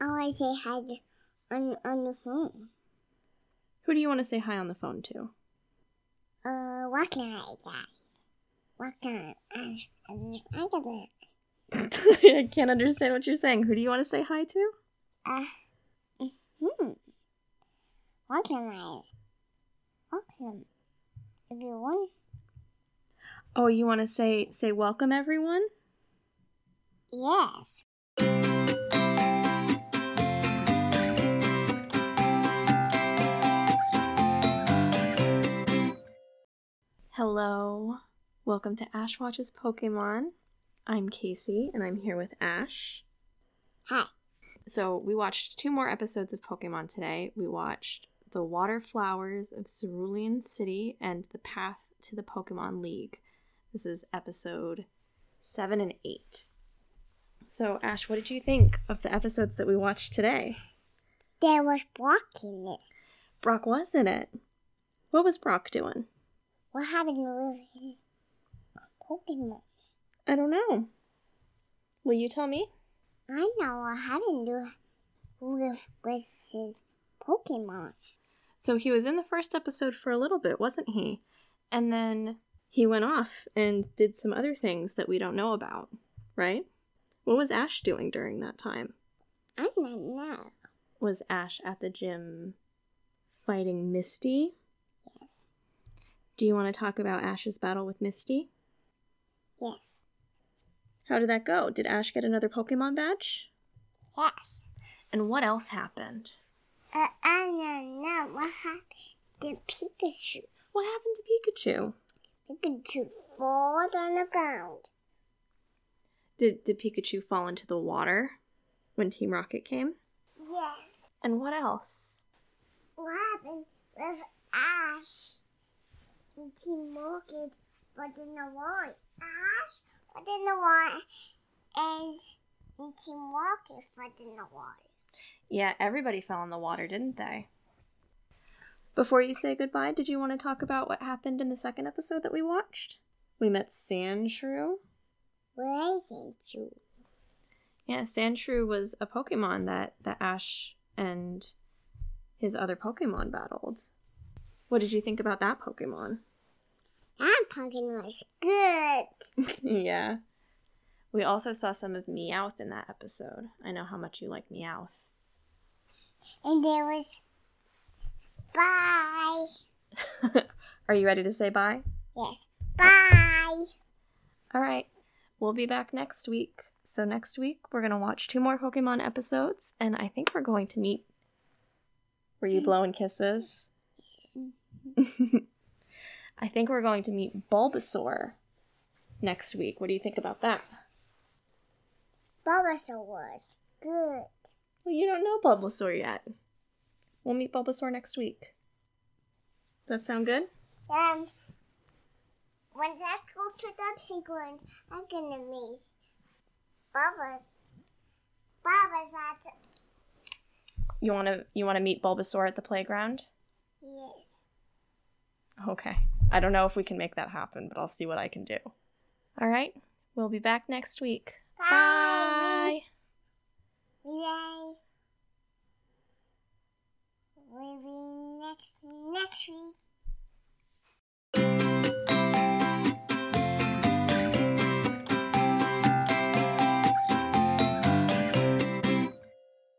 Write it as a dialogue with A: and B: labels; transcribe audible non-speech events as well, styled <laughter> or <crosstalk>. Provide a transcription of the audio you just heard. A: want to say hi to, on on the phone.
B: Who do you want to say hi on the phone to?
A: Uh, walking on it, guys. Walking on it. I think it.
B: <laughs> I can't understand what you're saying. Who do you want to say hi to?
A: Uh, hmm. Walking on it. Welcome, everyone.
B: Oh, you want to say say welcome everyone?
A: Yes.
B: Hello. Welcome to Ash Watches Pokemon. I'm Casey and I'm here with Ash.
A: Hi.
B: So, we watched two more episodes of Pokemon today. We watched The Water Flowers of Cerulean City and The Path to the Pokemon League. This is episode 7 and 8. So, Ash, what did you think of the episodes that we watched today?
A: There was walking it.
B: Brock was in it. What was Brock doing?
A: What happened with his Pokemon?
B: I don't know. Will you tell me?
A: I know what happened with with, with his Pokemon.
B: So he was in the first episode for a little bit, wasn't he? And then he went off and did some other things that we don't know about, right? What was Ash doing during that time?
A: I don't know.
B: Was Ash at the gym fighting Misty?
A: Yes.
B: Do you want to talk about Ash's battle with Misty?
A: Yes.
B: How did that go? Did Ash get another Pokemon badge?
A: Yes.
B: And what else happened?
A: Uh, I don't know what happened to Pikachu.
B: What happened to Pikachu?
A: Pikachu falls on the ground.
B: Did, did Pikachu fall into the water when Team Rocket came?
A: Yes.
B: And what else?
A: What happened with Ash? The team Rocket was in the water. Ash was in the water, and the team Rocket was in the water.
B: Yeah, everybody fell in the water, didn't they? Before you say goodbye, did you want to talk about what happened in the second episode that we watched? We met Sandshrew.
A: Racing to
B: Yeah, Sandshrew was a Pokemon that, that Ash and his other Pokemon battled. What did you think about that Pokemon? <laughs>
A: that pumpkin was good.
B: yeah. We also saw some of Meowth in that episode. I know how much you like Meowth.
A: And there was bye.
B: Are you ready to say bye?
A: Yes, bye.
B: All right. We'll be back next week. So next week we're going to watch two more Pokemon episodes and I think we're going to meet Were you blowing kisses? <laughs> I think we're going to meet Bulbasaur next week. What do you think about that?
A: Bulbasaur was good.
B: Well, you don't know Bulbasaur yet. We'll meet Bulbasaur next week. That sound good?
A: Um, when I go to the penguin, I'm gonna meet Bubba's. Bubba's at
B: You want to you want to meet Bulbasaur at the playground?
A: yes.
B: Okay. I don't know if we can make that happen, but I'll see what I can do. All right. We'll be back next week. Bye.
A: Yay. We'll be next next week.